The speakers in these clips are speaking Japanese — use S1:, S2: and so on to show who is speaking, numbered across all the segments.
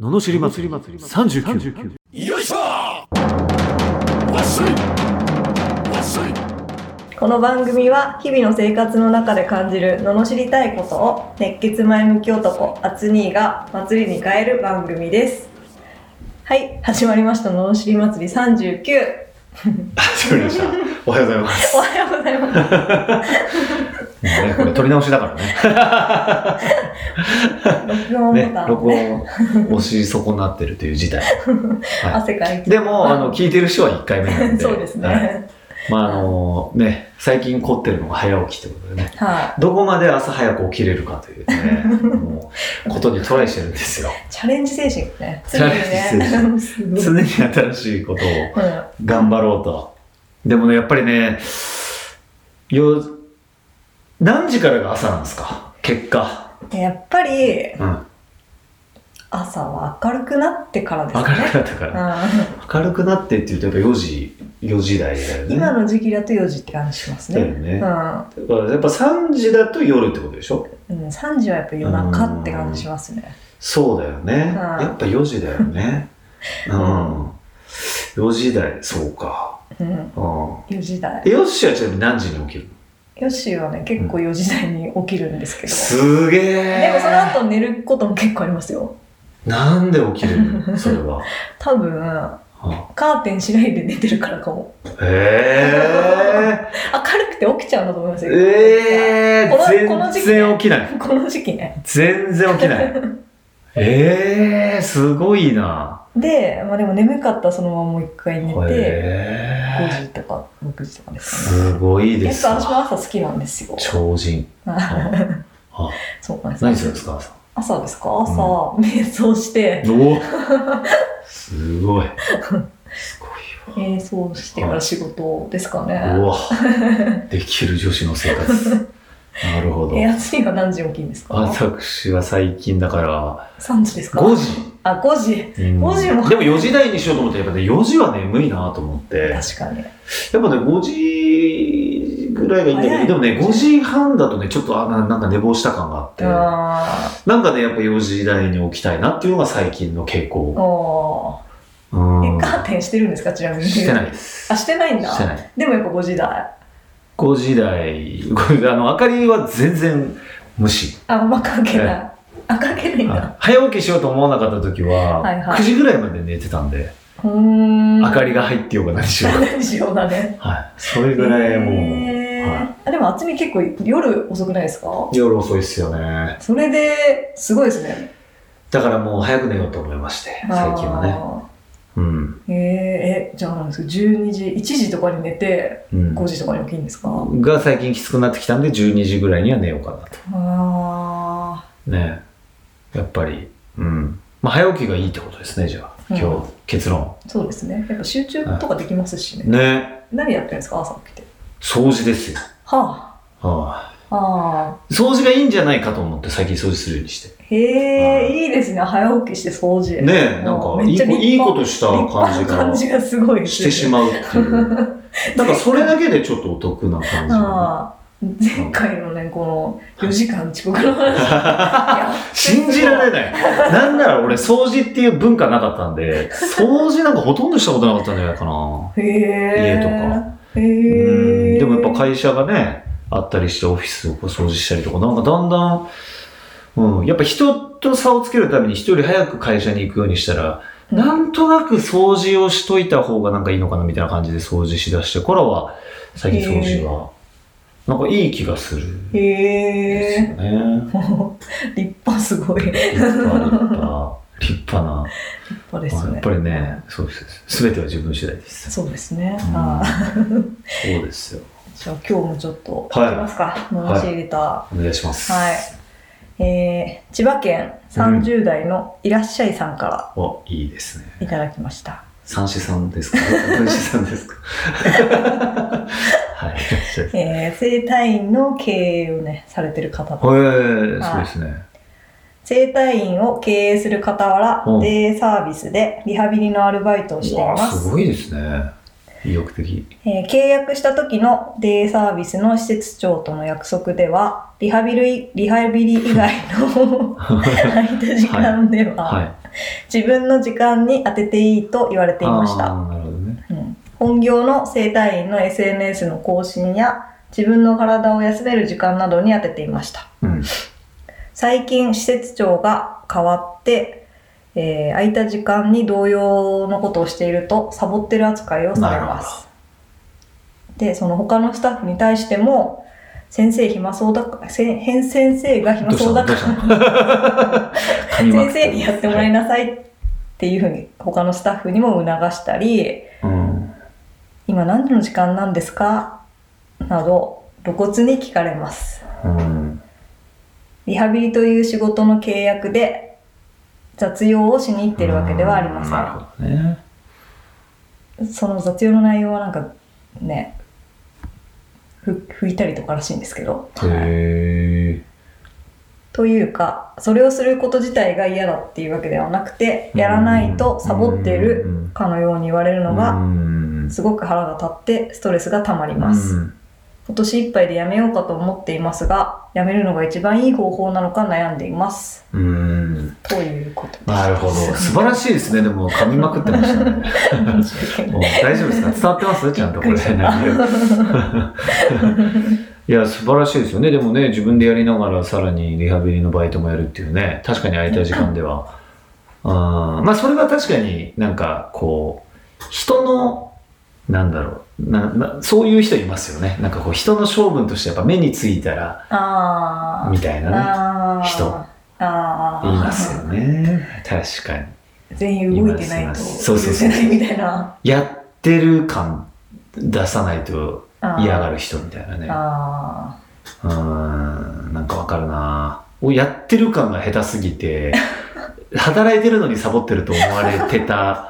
S1: ののしり祭り39
S2: よいしょわっしょいわっしょい
S3: この番組は日々の生活の中で感じる罵りたいことを熱血前向き男アツニーが祭りに変える番組ですはい始まりました罵り祭り39
S4: 始まりました。おはようございます。
S3: おはようございます
S4: もうね、これ撮り直しだからね。
S3: 録音ボ
S4: ね
S3: タン、
S4: 録音を押し損なってるという事態。は
S3: 汗かい
S4: い、
S3: て
S4: でも、あの、聞いてる人は1回目なんで。
S3: そうです
S4: はい
S3: ね
S4: まあ、あの、ね、最近凝ってるのが早起きってことでね。
S3: は
S4: どこまで朝早く起きれるかというね、もう、ことにトライしてるんですよ。
S3: いチャレンジ精神ね
S4: チャレンジ精神
S3: 常にね
S4: 常に新しいことを
S3: うん
S4: 頑張ろうと。でもね、やっぱりね、よ、何時からが朝なんですか結果。
S3: やっぱり
S4: うん。
S3: 朝は明るくなってからです
S4: 明
S3: ね
S4: るくなったから。
S3: う
S4: 明るくなってって言うとやっぱ4時4時台だよ
S3: ん
S4: ね
S3: 今の時期だと4時って感じします
S4: だよ
S3: ね
S4: ね、
S3: う
S4: だ
S3: ん
S4: からやっぱ3時だと夜ってことでしょ
S3: うん、3時はやっぱ夜中って感じしますね。
S4: そうだよね、
S3: はい
S4: やっぱ4時だよ ねうんん4時台そうか
S3: うん、
S4: うん
S3: 4時台。
S4: えよっしーはちなみに何時に起きる
S3: ヨッシーはね、結構4時台に起きるんですけど。
S4: すげ
S3: でもその
S4: え
S3: 後寝ることも結構ありますよ。
S4: なんで起きるのそれ は
S3: 多分、
S4: は
S3: カーテンしないで寝てるからかも。
S4: え
S3: 明るくて起きちゃうんだと思います
S4: ー、
S3: よ。
S4: え
S3: このこの
S4: ー、全
S3: 時期
S4: 然起きない
S3: この時期ね。
S4: 全然起きない えー、すごいな
S3: で、まあでも眠かったらそのままもう一回寝て、
S4: へ
S3: 5時とか6時とかで
S4: ー
S3: すかね。
S4: すごいで
S3: やっ
S4: す
S3: ぱ私
S4: わ
S3: も朝好きなんですよ。
S4: 超人あ
S3: そうなんです。
S4: 何するんですか朝
S3: 朝ですか朝、瞑想して、
S4: おすごいすごい
S3: 瞑想してから仕事ですかね。
S4: わうわできる女子の生活なるほど
S3: え、暑いは何時起きるんですか
S4: 私は最近だから
S3: 3時ですか
S4: 5時、
S3: あ、5時。
S4: うん
S3: 5時も
S4: でも4時台にしようと思ってやっぱね4時は眠いなと思って
S3: 確かに。
S4: やっぱね、5時ぐらいがいいんだけ
S3: 早い
S4: ど、でもね、5時半だとね、ちょっとあななんか寝坊した感があって、
S3: あ
S4: なんかね、やっぱ4時台に起きたいなっていうのが最近の傾
S3: ー
S4: 向。
S3: お
S4: う
S3: ー。
S4: ん
S3: え、。カーテンしてるんですかちなみに。。
S4: してないいです。
S3: あ、してないん
S4: して
S3: だ。
S4: ない。
S3: でもやっぱ5時台。
S4: 5時台、これあの、明かりは全然無視。
S3: あ、まあ関係ない。あ、関係ないんだ。
S4: はい早起きしようと思わなかった時は、
S3: はいはい
S4: 9時ぐらいまで寝てたんで、
S3: うーん。
S4: 明かりが入ってようが何しようが。
S3: 何しようだね。
S4: はい。それぐらいもう、
S3: へ
S4: は
S3: ーあでも厚み結構夜遅くないですか
S4: 夜遅いっすよね。
S3: それで、すごいですね。
S4: だからもう早く寝ようと思いまして、最近はね。うん。
S3: ね。えー、え、じゃあなんですか ?12 時、1時とかに寝て、
S4: うん
S3: 5時とかに起きるんですか、
S4: が最近きつくなってきたんで12時ぐらいには寝ようかなと
S3: あ
S4: ねやっぱりうんまあ早起きがいいってことですねじゃあ今日、
S3: うん
S4: 結論
S3: あ、そうですね。やっぱ集中とかできますしね。
S4: ね
S3: 何やってるんですか朝起きて。
S4: 掃除ですよ、
S3: は
S4: は
S3: あ、あ
S4: い掃除がいいんじゃないかと思って最近掃除するようにして
S3: あ、へ
S4: は
S3: え、いいですね。早起きして掃除。
S4: ねえなん
S3: もう
S4: か
S3: め
S4: い
S3: っ
S4: い
S3: ちゃ
S4: こ
S3: 立派
S4: いいことした
S3: 立
S4: 感じ
S3: 派な感
S4: が
S3: じがすごいです
S4: し
S3: ね
S4: てしまうっていうなんかそれだけでちょっとお得な感じがね
S3: ああ前回のね、この4時間遅刻の話。いや
S4: 信じられないなんなら俺掃除っていう文化なかったんで掃除なんかほとんどしたことなかったんじゃないかな
S3: へ
S4: 家
S3: え。
S4: とか。
S3: へ
S4: うん
S3: え。
S4: でもやっぱ会社がねあったりしてオフィスをこう掃除したりとかなんかだんだん、うん、やっぱ人と差をつけるために一人早く会社に行くようにしたら
S3: うん
S4: なんとなく掃除をしといた方がなんかいいのかなみたいな感じで掃除しだしてからは最近掃除はなんかいい気がするんですよ
S3: へえ。
S4: ね。
S3: もう立派すごい。立
S4: 立派立派立派な、
S3: 派です
S4: やっ
S3: ね
S4: ぱ。りねそうです全ては自分次第です。
S3: そうですね。
S4: うん
S3: ああ
S4: そうですよ
S3: じゃあ今日もちょっと、いき
S4: はい
S3: ますか。罵りレター。
S4: お願いします。
S3: はいえー千葉県30代のいらっしゃいさんか
S4: おいいですね。
S3: らいただきました。
S4: 三子さんです か三子さんですかはい。へ
S3: えー整体院の経営をね、されてる方と。
S4: えそうですね。
S3: 整体院を経営する傍ら
S4: う、ん
S3: デイサービスでリハビリのアルバイトをしてい
S4: わ
S3: ま
S4: あ
S3: す。
S4: すごいですね。意欲的。
S3: えー契約した時のデイサービスの施設長との約束では、リハビリ、リハビリ以外 の空いた時間では、
S4: はい。
S3: 自分の時間に当てていいと言われていました。
S4: あーなるほどね。
S3: うん本業の整体院の SNS の更新や、自分の体を休める時間などに当てていました。
S4: うん。
S3: 最近施設長が変わって、えー空いた時間に同様のことをしているとサボってる扱いをされますでその他のスタッフに対しても先生暇そうだかせん先生が暇
S4: どうし
S3: そう
S4: た
S3: だ
S4: のど
S3: か
S4: う した
S3: ら
S4: の神マー
S3: 先
S4: ク
S3: 生にやってもらいなさいっていうふうに他のスタッフにも促したり
S4: うん。
S3: 今何時の時間なんですかなど露骨に聞かれます
S4: うん。
S3: リハビリという仕事の契約で雑用をしに行ってるわけではありま
S4: なるほ
S3: せ
S4: どね。
S3: ん。その雑用の内容はなんかね、ふ拭いたりとからしいんですけど。
S4: へ
S3: というか、それをすること自体が嫌だっていうわけではなくて、
S4: うん
S3: やらないとサボって
S4: うん
S3: るかのように言われる
S4: え。
S3: の
S4: う
S3: が、
S4: ん
S3: すごく腹が立ってストレスが溜まります。
S4: うん
S3: 今年いっぱいで辞めようかと思っていますが、辞めるのが一番いい方法なのか悩んでいます。
S4: うん。
S3: ということです。
S4: なるほど。素晴らしいですね。でも、噛みまくってましたね。
S3: 申し訳ない
S4: もう大丈夫ですか伝わってますちゃんとこれ。 いや、素晴らしいですよね。でもね、自分でやりながら、さらにリハビリのバイトもやるっていうね、確かに空いた時間で は。あまあ、それは確かになんか、こう、人の、なんだろうなな、そういう人いますよね。なんかこう、人の性分としてやっぱ目についたら、
S3: あ
S4: みたい
S3: あ
S4: なね、
S3: あー
S4: 人
S3: あ
S4: い
S3: ー
S4: ますよね。確かに。
S3: 全員動いてない
S4: いま
S3: と
S4: すそうそうそう
S3: 許せないみたいな
S4: やってる感出さないと嫌がる人みたいなね。
S3: あ
S4: うーん、なんかわかるなおやってる感が下手すぎて、 働いてるのにサボってると思われて た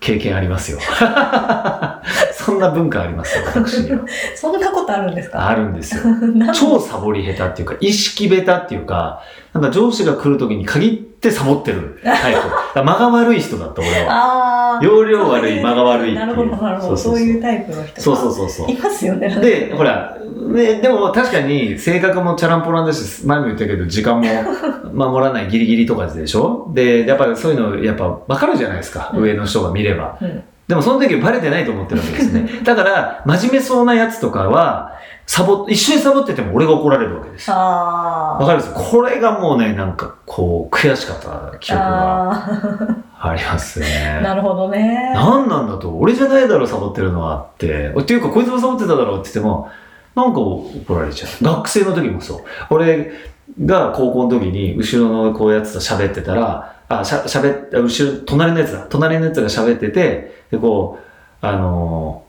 S4: 経験ありますよ。 そんな文化ありますよ、私には。
S3: ーそんなことあるんですか
S4: あるんですよ。
S3: なん
S4: 超サボり下手っていうか、意識下手っていうか、なんか上司が来る時に限ってサボってるタ イプ。だから間が悪い人だった、俺は。
S3: あー
S4: 容量悪い、間が悪いっていう。
S3: なるほどなるほど
S4: そ
S3: そうう
S4: そう
S3: い
S4: そう
S3: うタイプの人が
S4: そうそうそうそう。
S3: いますよねなんか
S4: で、ほら、ね、でも確かに性格もチャランポランだし、前も言ったけど、時 間も守らないギリギリとかでしょで、やっぱそういうの、やっぱ分かるじゃないですか、
S3: うん
S4: 上の人が見れば。
S3: うん
S4: でもその時バレてないと思ってるわけです ね。だから、真面目そうなやつとかは、サボ、一緒にサボってても俺が怒られるわけです。わ
S3: あー
S4: かるんですこれがもうね、なんかこう、悔しかった記憶が
S3: あ
S4: ありますよ
S3: ー
S4: ね。
S3: なるほどね
S4: 何なんだと、俺じゃないだろ、サボってるのはって。っていうか、こいつもサボってただろうって言っても、なんか怒られちゃう。学生の時もそう。俺が高校の時に、後ろのこうやつと喋ってたら、あ、しゃ、喋って、後ろ、隣のやつだ。隣のやつが喋ってて、で、こう、あの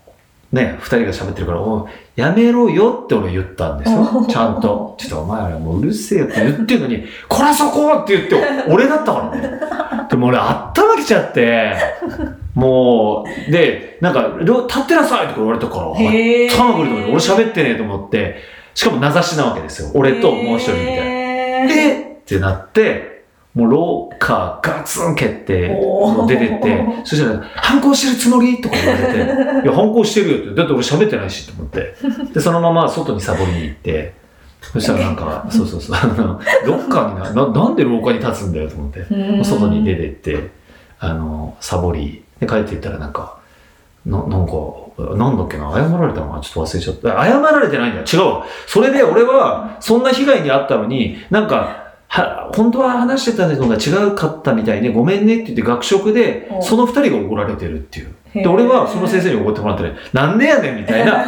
S4: ーね、二人が喋ってるから、おいやめろよって俺言ったんですよ。ちゃんと。ちょっとお前らもううるせえよって言ってるのに、こらそこって言って、俺だったからね。でも俺、あったまきちゃって、もう、で、なんか、両立ってなさいって言われたから、
S3: へー
S4: たまくると思って、俺喋ってねえと思って、しかも名指しなわけですよ。俺ともう一人みたいな。
S3: へー
S4: えっってなって、もう廊下ガツン蹴って、
S3: おー
S4: もう出てって、そしたら、反抗してるつもりとか言われて、 いや、反抗してるよって、だって俺喋ってないしと思って。で、そのまま外にサボりに行って、そしたらなん か、そうそうそう、あの、ロッカーにな、ななんで廊下に立つんだよと思って。
S3: うん
S4: 外に出てって、あの、サボり、で、帰っていったらなんか、な、なんか、なんだっけな、謝られたのかなちょっと忘れちゃった。謝られてないんだよ。違うわ。それで俺は、そんな被害に遭ったのに、なんか、は、本当は話してたのが違うかったみたいで、ごめんねって言って学食で
S3: う、ん
S4: その二人が怒られてるっていう。
S3: へ
S4: で、
S3: ー
S4: 俺はその先生に怒ってもらってね、なんでやねんみたいな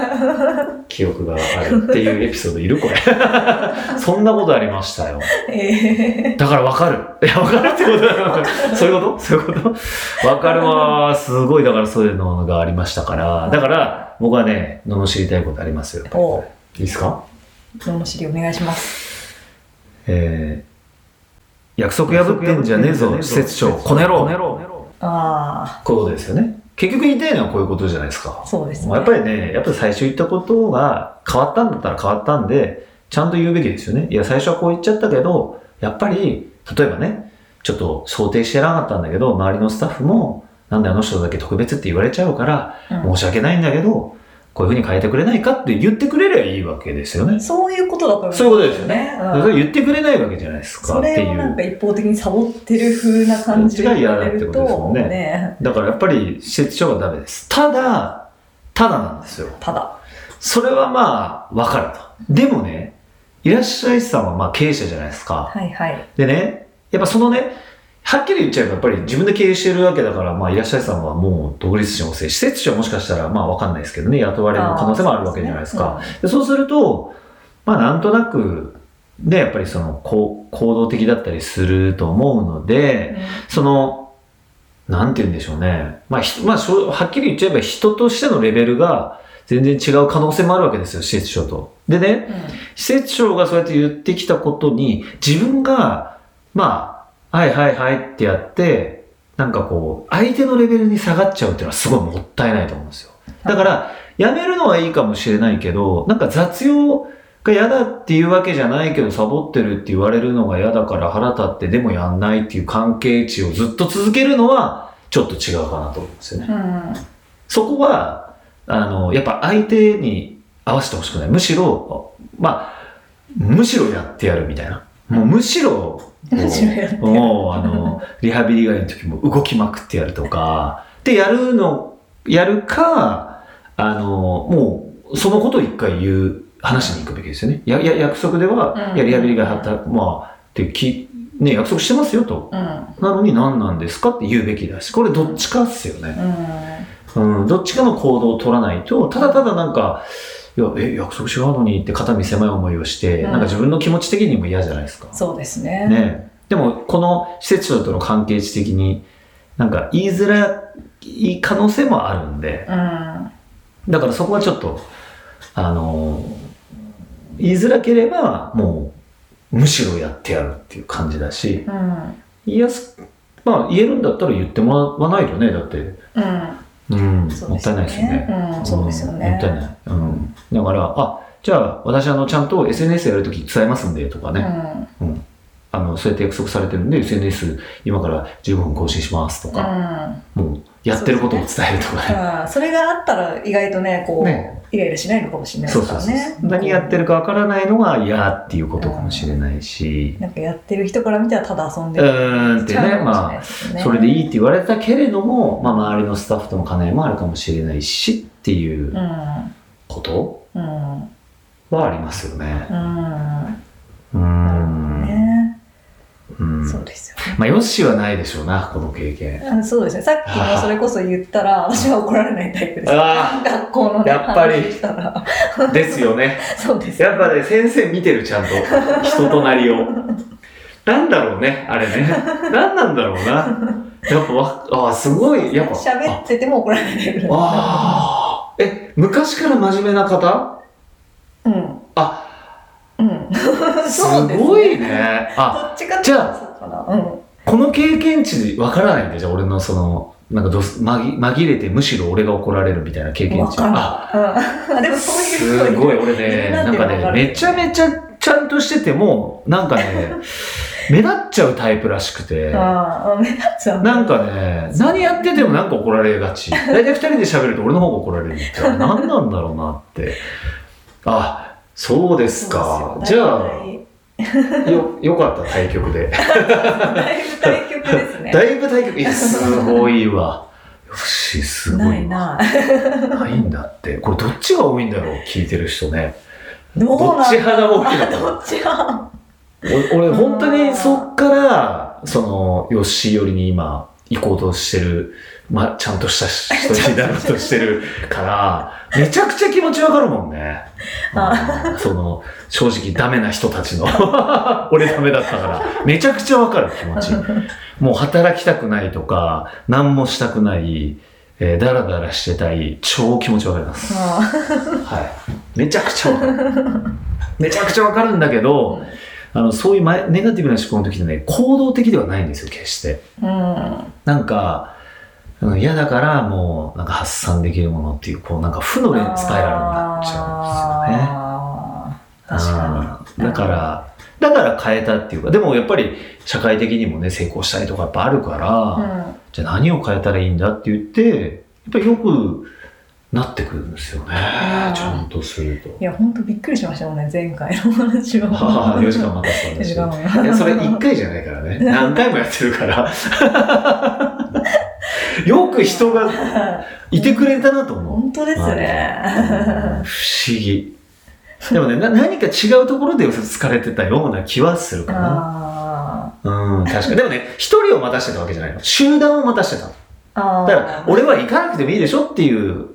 S4: 記憶があるっていうエピソードいるこれ。 そんなことありましたよ。
S3: え
S4: だからわかる。いや、わかるってことだよ。 そういうことそういうことわかるわー。すごい、だからそういうのがありましたから。だから、僕はね、罵りたいことありますよ。
S3: ーおう
S4: いいですか
S3: 罵りお願いします
S4: えー、約束破ってんじゃねえぞ、施設長。この野郎。
S3: あ
S4: こういうことですよね。結局言いたいのはこういうことじゃないですか
S3: あ。そうですね
S4: まあやっぱりね、やっぱり最初言ったことが変わったんだったら変わったんで、ちゃんと言うべきですよね。いや、最初はこう言っちゃったけど、やっぱり、例えばね、ちょっと想定してなかったんだけど、周りのスタッフも、なんであの人だけ特別って言われちゃうから、
S3: うん
S4: 申し訳ないんだけど、こういうふうに変えてくれないかって言ってくれりゃいいわけですよね。
S3: そういうことだと思
S4: そういうことですよね。
S3: ね。
S4: だ
S3: うん
S4: から言ってくれないわけじゃないですか
S3: そ
S4: って
S3: れを
S4: い
S3: なんか
S4: う。
S3: 一方的にサボってる風な感じで言われると、
S4: そっちが嫌だってことですもんね
S3: ね
S4: だからやっぱり施設長はダメです。ただ、ただなんですよ。
S3: ただ、
S4: それはまあ、わかると。でもね、いらっしゃいさんはまあ経営者じゃないですか。
S3: はいはい。
S4: でね、やっぱそのね、はっきり言っちゃえばやっぱり自分で経営してるわけだから、まあいらっしゃいさんはもう独立してますし、施設長はもしかしたらまあわかんないですけどね、雇われる可能性もあるわけじゃないですか。
S3: あー。そう
S4: でそうすると、まあ、なんとなく、ね、やっぱりそのこう行動的だったりすると思うので、
S3: ですね
S4: その、なんて言うんでしょうね。まあ、ひまあ、しょはっきり言っちゃえば人としてのレベルが全然違う可能性もあるわけですよ、施設長と。でね、
S3: うんうん
S4: 施設長がそうやって言ってきたことに、自分が、まあ、はいはいはいってやって、なんかこう、相手のレベルに下がっちゃうっていうのはすごいもったいないと思うんですよ。だから、やめるのはいいかもしれないけど、なんか雑用が嫌だっていうわけじゃないけど、サボってるって言われるのが嫌だから腹立ってでもやんないっていう関係値をずっと続けるのは、ちょっと違うかなと思うんですよね。
S3: うん
S4: そこは、あの、やっぱ相手に合わせてほしくない。むしろ、まあ、むしろやってやるみたいな。もうむしろ、
S3: むしろやって
S4: もう、あの、リハビリ以外の時も動きまくってやるとか、で、やるの、やるか、あの、もう、そのことを一回言う、話しに行くべきですよね。や、や、約束では、
S3: うん
S4: いや、リハビリが働く、まあ、ってき、ね、約束してますよと。
S3: うん
S4: なのに何なんですかって言うべきだし、これどっちかっすよね。
S3: うん
S4: うん、どっちかの行動を取らないと、ただただなんか、いや、え、約束違うのにって肩身狭い思いをして、
S3: うん
S4: なんか自分の気持ち的にも嫌じゃないですか。
S3: そうですね。
S4: ねえでも、この施設長との関係値的に、なんか言いづらい可能性もあるんで、
S3: うん
S4: だからそこはちょっと、あのー言いづらければ、もう、むしろやってやるっていう感じだし、
S3: うん
S4: 言いやす、まあ言えるんだったら言ってもらわないとね、だって。
S3: うん
S4: うん、
S3: そう
S4: も
S3: で
S4: った
S3: す
S4: いないですよね。
S3: うんそうですよね。
S4: もったいない。うん。だから、あ、じゃあ、私、あの、ちゃんと SNS やるとき伝えますんで、とかね。
S3: うん
S4: あの、そうやって約束されてるんで、SNS、今から15分更新しますと
S3: う
S4: か、
S3: ん
S4: もう、やってることを伝えるとかね。
S3: あーそれがあったら意外とね、こう、
S4: ね
S3: イライラしないのかもしれない
S4: そ
S3: で
S4: う
S3: すか
S4: そう
S3: ら
S4: そう
S3: ね。。
S4: 何やってるかわからないのが嫌っていうことかもしれないし、
S3: なんかやってる人から見たらただ遊ん
S4: う
S3: でる。
S4: ーんってね、まあ、
S3: あ
S4: それでいい
S3: い。。
S4: って言われたけれども、まあ、周りのスタッフとの兼ね合いもあるかもしれないしっていううんこと
S3: うん。
S4: はありますよね。
S3: う
S4: うー
S3: ん。
S4: ん。
S3: ね、
S4: うん
S3: そうですよね。
S4: まあ、よしはないでしょうな、この経験。
S3: あそうですね。さっきのそれこそ言っ たら、私は怒られないタイプです。
S4: あ
S3: 学校のね、
S4: やっぱり
S3: 話したら。
S4: あ、ですよね。
S3: そうです。
S4: やっぱね、先生見てる、ちゃんと。人となりを。なんだろうね、あれね。なんなんだろうな。やっぱわ、あ、すごい、やっぱ。
S3: 喋ってても怒られないタイプなんで
S4: ああー。え、昔から真面目な方
S3: うん。
S4: あ、
S3: うん。
S4: す
S3: そうですね
S4: ごいね。あ、
S3: どっちかって
S4: じ
S3: いうと
S4: ゃあ
S3: そうかな。うん。
S4: この経験値わからないんで、じゃあ俺のその、なんかどす紛紛れてむしろ俺が怒られるみたいな経験
S3: わ
S4: 値。
S3: かんない
S4: あ、
S3: うん。でもそういう
S4: すごい、俺
S3: み
S4: ね、
S3: んな
S4: な
S3: っ
S4: ん
S3: て
S4: か
S3: わか
S4: ね、
S3: る
S4: めちゃめちゃちゃんとしてても、なんかね、目立っちゃうタイプらしくて、
S3: ああ、目立つわ。
S4: なんかね、何やっててもなんか怒られがち。大体二人で喋ると俺の方が怒られるって、何なんだろうなって。あ、そうですか。じゃ
S3: だ
S4: あ、
S3: い
S4: よ、よかった、対局で。
S3: ぶ対局ですね。
S4: だいぶ対局、いや、すごい わ。よし、すごいわ。
S3: ないな。
S4: ないんだって。これどっちが多いんだろう、聞いてる人ね。
S3: どうなん
S4: どっち派が多いの
S3: あどっち派
S4: お俺本当にそっからそのヨッシー寄りに今行こうとしてる、まあ、ちゃんとした人になろうとしてるからめちゃくちゃ気持ちわかるもんね
S3: あ
S4: うんその正直ダメな人たちの 俺ダメだったからめちゃくちゃわかる気持ちもう働きたくないとか何もしたくない、えー、ダラダラしてたい超気持ちわかります
S3: あ
S4: はい、めちゃくちゃわかるめちゃくちゃわかるんだけどあのそういうマイネガティブな思考の時ってね行動的ではないんですよ決して
S3: あ
S4: なんかうん嫌だからもうなんか発散できるものっていうこうなんか負の
S3: うん。
S4: 連スパイラルになっちゃうんですよね
S3: あー確か
S4: う
S3: に。
S4: んだからだから変えたっていうかでもやっぱり社会的にもね成功したりとかやっぱあるから、
S3: うん
S4: ちじゃあ何を変えたらいいんだって言って、やっぱりよくなってくるんですよね。
S3: あー
S4: ちゃんとすると。
S3: いや、本当びっくりしましたもんね、前回の話は。
S4: ああ、4時間待たせたん
S3: 4
S4: だし
S3: 時 間も
S4: いや、それ1回じゃないから ね。何回もやってるから。よく人がいてくれたなと思う。
S3: 本当です
S4: うん
S3: ね。
S4: 不思議。でもね、な何か違うところで疲れてたような気はするかな。
S3: あ
S4: うん、確かに。でもね、一人を待たしてたわけじゃないの。集団を待たしてたの。
S3: ーあー。
S4: だから、俺は行かなくてもいいでしょっていう、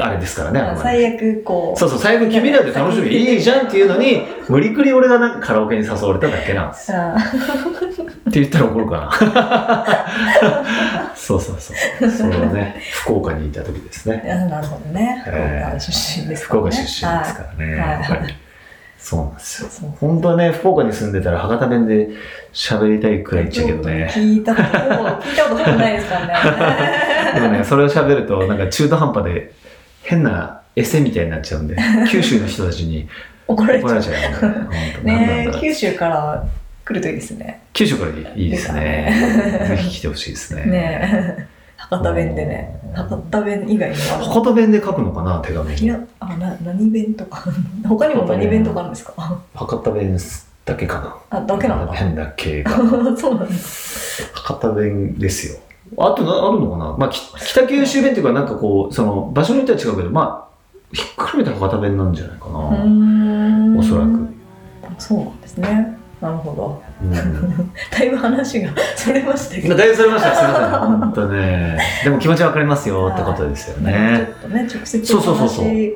S4: あれですからね、あのね。
S3: 最悪こう。
S4: そうそう、最後君らで楽しみいいじゃんっていうのに、無理くり俺がなんかカラオケに誘われただけなんです。
S3: あー
S4: って言ったら怒るかな。 そうそうそう。それはね、福岡にいた時ですね。
S3: なるほどね。福
S4: えー
S3: 岡出身ですか
S4: 福
S3: らね。
S4: 岡出身ですからね。
S3: はい
S4: やっぱりそうなんですよ。
S3: そう
S4: 本当はね、福岡に住んでたら博多弁で喋りたいくらい言っちゃうけどね。
S3: 聞いたこと、聞いたことほぼないですから
S4: で
S3: ね。
S4: もね、それを喋ると、なんか中途半端で変なエセみたいになっちゃうんで、九州の人たちに
S3: 怒られち
S4: 怒
S3: ゃ
S4: られ
S3: う。
S4: ちゃうよね。本当なん
S3: ね
S4: なんだ
S3: 九州から来るといいですね。
S4: 九州からいいですね。ぜひ来てほしいですね。
S3: ね博多弁でね。博多弁以外のは
S4: 博多弁で書くのかな、手紙
S3: い
S4: に。
S3: や、あ、な、何弁と か。他にも何弁とかあるんですか。
S4: 博多弁だけかな。
S3: あ、だけなんだ。
S4: 変だけが。
S3: そうなんです。
S4: 博多弁ですよ。あとな、あるのかなまあ、き北九州弁っていうか、なんかこう、その、場所によっては違うけど、まあ、ひっくるめたら博多弁なんじゃないかな。
S3: うーん
S4: おそらく。
S3: そうなんですね。なるほど。
S4: うん
S3: だいぶ話が それましたけ
S4: まあ
S3: ど。
S4: だいぶそれました、すみません。本当ね。でも気持ちわかりますよってことですよ
S3: ちょ
S4: ね。
S3: っとね、直接
S4: そ
S3: お
S4: うそうそうそう
S3: 話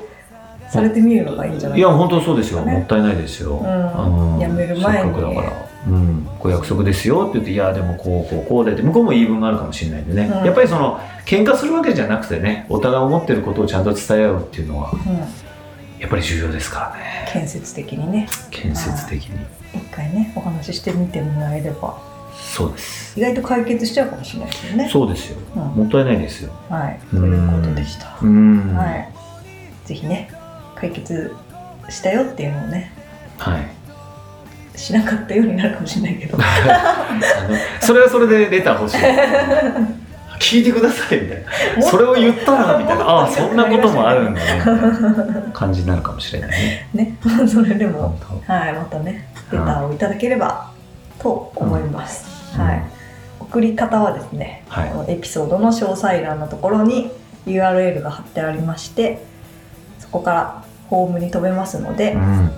S3: されてみるのがいいんじゃないい
S4: や、
S3: か
S4: 本当そうですよ。
S3: ね
S4: もったいないですよ。
S3: うん
S4: うん
S3: やめる
S4: せ
S3: 前に
S4: っかくだから。うん、こう約束ですよって言って、いや、でもこう、こう、こうでって、向こうも言い分があるかもしれないんでね。
S3: うん
S4: やっぱりその、喧嘩するわけじゃなくてね、お互い思ってることをちゃんと伝え合うっていうのは、
S3: な。うん、
S4: やっぱり重要ですからね。
S3: 建設的にね、
S4: 建設的に。
S3: 一回ね、お話ししてみてもらえれば、
S4: そうです。
S3: 意外と解決しちゃうかもしれないですよね。
S4: そうですよ。
S3: うん
S4: もったいないですよ。
S3: はい、ということでした。
S4: うん。
S3: は。い、ぜひね、解決したよっていうのをね、
S4: はい。
S3: しなかったようになるかもしれないけど。
S4: あのそれはそれでレター欲しい 聞いてくださいみたいな それを言ったらみたいなあ あそんなこともあるんだねみたい な感じになるかもしれないね
S3: ね、 それでも、
S4: 本当
S3: はい、またね、レターをいただければと思います。
S4: うん
S3: は
S4: う
S3: い
S4: ん、
S3: 送り方はですね、
S4: はい
S3: あのエピソードの詳細欄のところに URL が貼ってありまして、そこからホームに飛べますので
S4: う、ん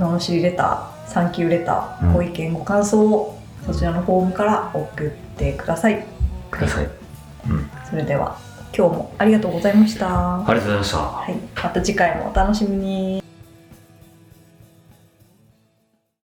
S3: ののしりレター、サンキューレター、
S4: うん
S3: ご意見、ご感想をそちらのフォームから送ってください。
S4: ください
S3: それでは今日もありがとうございました。
S4: ありがとうございました
S3: はい、また次回もお楽しみに。